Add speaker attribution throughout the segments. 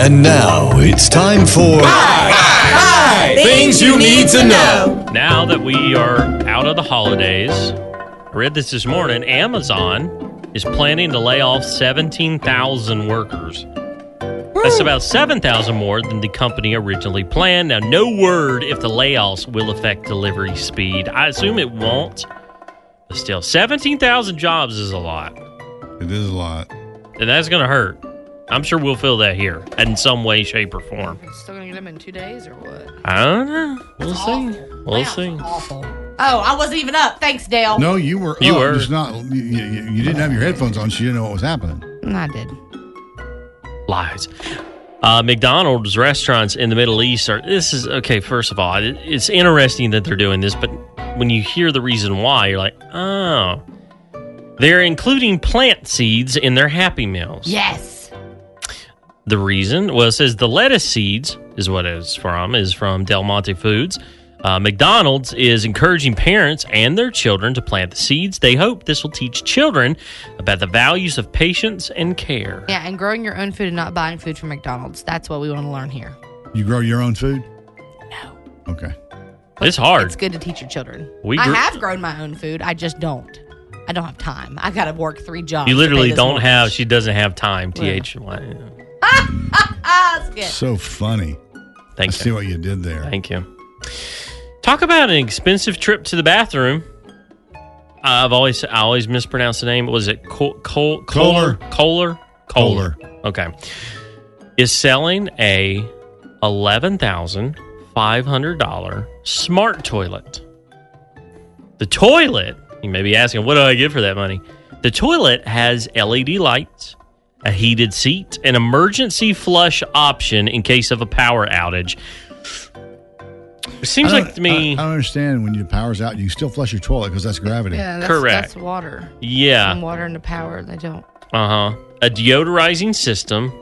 Speaker 1: And now it's time for
Speaker 2: Things you need to know.
Speaker 3: Now that we are out of the holidays, I read this this morning. Amazon is planning to lay off 17,000 workers. That's about 7,000 more than the company originally planned. Now, no word if the layoffs will affect delivery speed. I assume it won't. But still, 17,000 jobs is a lot,
Speaker 4: It is a lot.
Speaker 3: and that's going to hurt. I'm sure we'll feel that here in some way, shape, or form.
Speaker 2: It's still gonna get them in two days or what?
Speaker 3: I don't know. We'll see. We'll
Speaker 2: Layoffs
Speaker 3: see.
Speaker 2: are Awful. Oh, I wasn't even up. Thanks, Dale.
Speaker 4: No, you were.
Speaker 3: Oh. You
Speaker 4: up,
Speaker 3: were.
Speaker 4: Just not. You, you, you didn't have your headphones on, so you didn't know what was happening.
Speaker 2: I did.
Speaker 3: lies. Uh, McDonald's restaurants in the Middle East are. This is okay. First of all, it, it's interesting that they're doing this, but when you hear the reason why, you're like, oh, they're including plant seeds in their Happy Meals.
Speaker 2: Yes.
Speaker 3: The reason, well, it says the lettuce seeds is what it's from, is from Del Monte Foods. Uh, McDonald's is encouraging parents and their children to plant the seeds. They hope this will teach children about the values of patience and care.
Speaker 2: Yeah, and growing your own food and not buying food from McDonald's. That's what we want to learn here.
Speaker 4: You grow your own food.
Speaker 2: No.
Speaker 4: Okay.
Speaker 3: It's hard.
Speaker 2: It's good to teach your children.
Speaker 3: We
Speaker 2: I
Speaker 3: grew-
Speaker 2: have grown my own food. I just don't. I don't have time. I got to work three jobs.
Speaker 3: You
Speaker 2: to pay
Speaker 3: literally
Speaker 2: this
Speaker 3: don't
Speaker 2: mortgage.
Speaker 3: have. She doesn't have time.
Speaker 2: Yeah.
Speaker 3: Th. Why- uh,
Speaker 2: Ah, that's good.
Speaker 4: So funny. I
Speaker 3: Thank
Speaker 4: see
Speaker 3: you.
Speaker 4: what you did there.
Speaker 3: Thank you. Talk about an expensive trip to the bathroom. I've always I always mispronounce the name. Was it Col- Col-
Speaker 4: Kohler.
Speaker 3: Kohler? Kohler. Okay. Is selling a eleven thousand five hundred dollar smart toilet. The toilet. You may be asking, what do I get for that money? The toilet has LED lights, a heated seat, an emergency flush option in case of a power outage. It seems
Speaker 4: I
Speaker 3: like to
Speaker 4: don't- uh,
Speaker 3: me,
Speaker 4: I, I don't understand when your power's out, you still flush your toilet because that's gravity.
Speaker 2: Yeah, that's,
Speaker 3: Correct.
Speaker 2: That's water. From
Speaker 3: yeah,
Speaker 2: water into power. They don't.
Speaker 3: uh huh, a deodorizing system.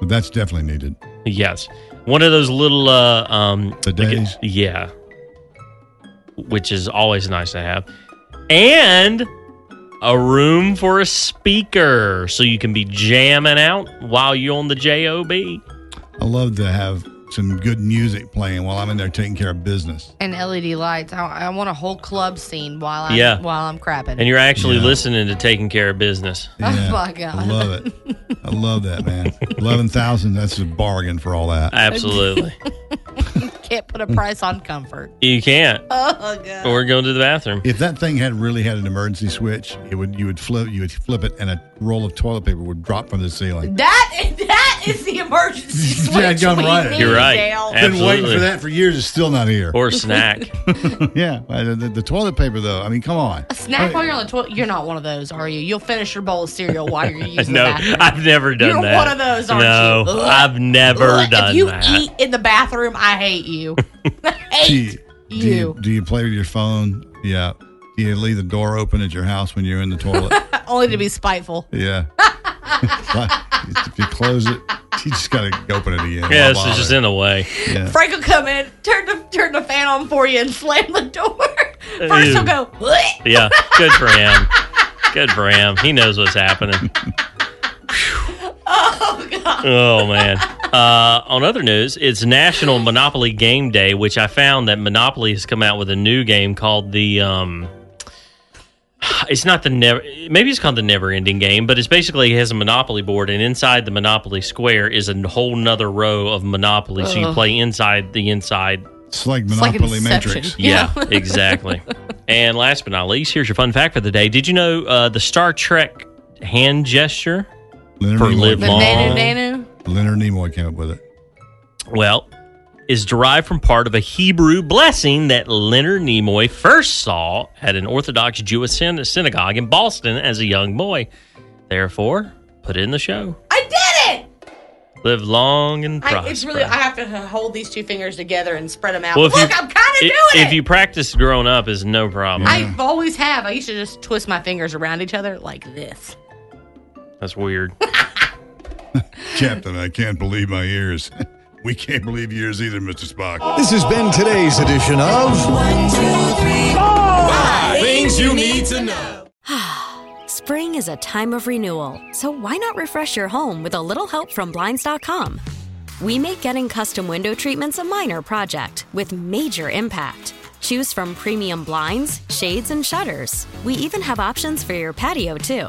Speaker 4: But that's definitely needed.
Speaker 3: Yes, one of those little uh, um, like a-
Speaker 4: Bidets?
Speaker 3: yeah, which is always nice to have, and a room for a speaker so you can be jamming out while you're on the job.
Speaker 4: I love to have some good music playing while I'm in there taking care of business.
Speaker 2: And LED lights. I, I want a whole club scene while I'm,
Speaker 3: Yeah.
Speaker 2: while I'm crapping.
Speaker 3: And you're actually
Speaker 4: Yeah.
Speaker 3: listening to taking care of business.
Speaker 2: Oh,
Speaker 4: Yeah,
Speaker 2: my God.
Speaker 4: I love it. I love that, man. 11,000, that's a bargain for all that.
Speaker 3: Absolutely,
Speaker 2: can't put a price on comfort.
Speaker 3: you can't.
Speaker 2: Oh, God.
Speaker 3: Or go to the bathroom.
Speaker 4: If that thing had really had an emergency switch, it would you would flip you would flip it and a roll of toilet paper would drop from the ceiling.
Speaker 2: That, that is the emergency
Speaker 4: Yeah,
Speaker 2: switch
Speaker 4: John
Speaker 2: we
Speaker 4: Ryan.
Speaker 2: need,
Speaker 3: You're right.
Speaker 2: Dale.
Speaker 3: And-
Speaker 4: Been waiting
Speaker 3: Absolutely.
Speaker 4: for that for years. It's still not here.
Speaker 3: Or a snack.
Speaker 4: yeah, but the, the, the toilet paper though. I mean, come on.
Speaker 2: A snack while you're on the toilet. You're not one of those, are you? You'll finish your bowl of cereal while you're using
Speaker 3: no,
Speaker 2: the bathroom.
Speaker 3: I've never done
Speaker 2: You're
Speaker 3: that.
Speaker 2: one of those, aren't
Speaker 3: no,
Speaker 2: you? Ugh.
Speaker 3: I've never
Speaker 2: Ugh,
Speaker 3: done
Speaker 2: If you
Speaker 3: that.
Speaker 2: eat in the bathroom, I hate you. I
Speaker 4: Do
Speaker 2: hate
Speaker 4: you, do you
Speaker 2: you.
Speaker 4: do you play with your phone? Yeah. Do you leave the door open at your house when you're in the toilet?
Speaker 2: only to be spiteful.
Speaker 4: yeah. if you close it, you just gotta open it again. Why
Speaker 3: yeah, this
Speaker 4: bother?
Speaker 3: is just in the way.
Speaker 4: Yeah.
Speaker 2: Frank will come in, turn the turn the fan on for you, and slam the door. First,
Speaker 3: Ew.
Speaker 2: he'll go. "Bleh."
Speaker 3: Yeah, good for him. Good for him. He knows what's happening.
Speaker 2: Oh God!
Speaker 3: Oh man. Uh, on other news, it's National Monopoly Game Day, which I found that Monopoly has come out with a new game called the um, It's not the never. Maybe it's called the never-ending game, but it's basically it has a Monopoly board, and inside the Monopoly square is a whole nother row of Monopoly. So you
Speaker 2: Ugh.
Speaker 3: play inside the inside
Speaker 4: It's like
Speaker 2: like
Speaker 4: Monopoly
Speaker 2: Inception.
Speaker 4: Matrix.
Speaker 3: Yeah, exactly. And last but not least, here's your fun fact for the day. Did you know uh, the Star Trek hand gesture?
Speaker 4: Leonard
Speaker 3: For
Speaker 4: Nimoy-
Speaker 3: live
Speaker 2: The
Speaker 3: Long.
Speaker 2: nanu nanu.
Speaker 4: Leonard Nimoy came up with it.
Speaker 3: Well, is derived from part of a Hebrew blessing that Leonard Nimoy first saw at an Orthodox Jewish syn- synagogue in Boston as a young boy. Therefore, put in the show.
Speaker 2: I did it.
Speaker 3: Live long and prosper.
Speaker 2: I, it's really. I have to hold these two fingers together and spread them out.
Speaker 3: Well, if
Speaker 2: Look,
Speaker 3: you-
Speaker 2: I'm kind of doing
Speaker 3: I-
Speaker 2: it.
Speaker 3: If you practice growing up, is no problem.
Speaker 2: I always have. I used to just twist my fingers around each other like this.
Speaker 3: That's weird.
Speaker 4: Captain, I can't believe my ears. we can't believe yours either, Mr. Spock.
Speaker 1: This has been today's edition of
Speaker 5: Things you need to know.
Speaker 6: Spring is a time of renewal, so why not refresh your home with a little help from Blinds.com? We make getting custom window treatments a minor project with major impact. Choose from premium blinds, shades, and shutters. We even have options for your patio, too.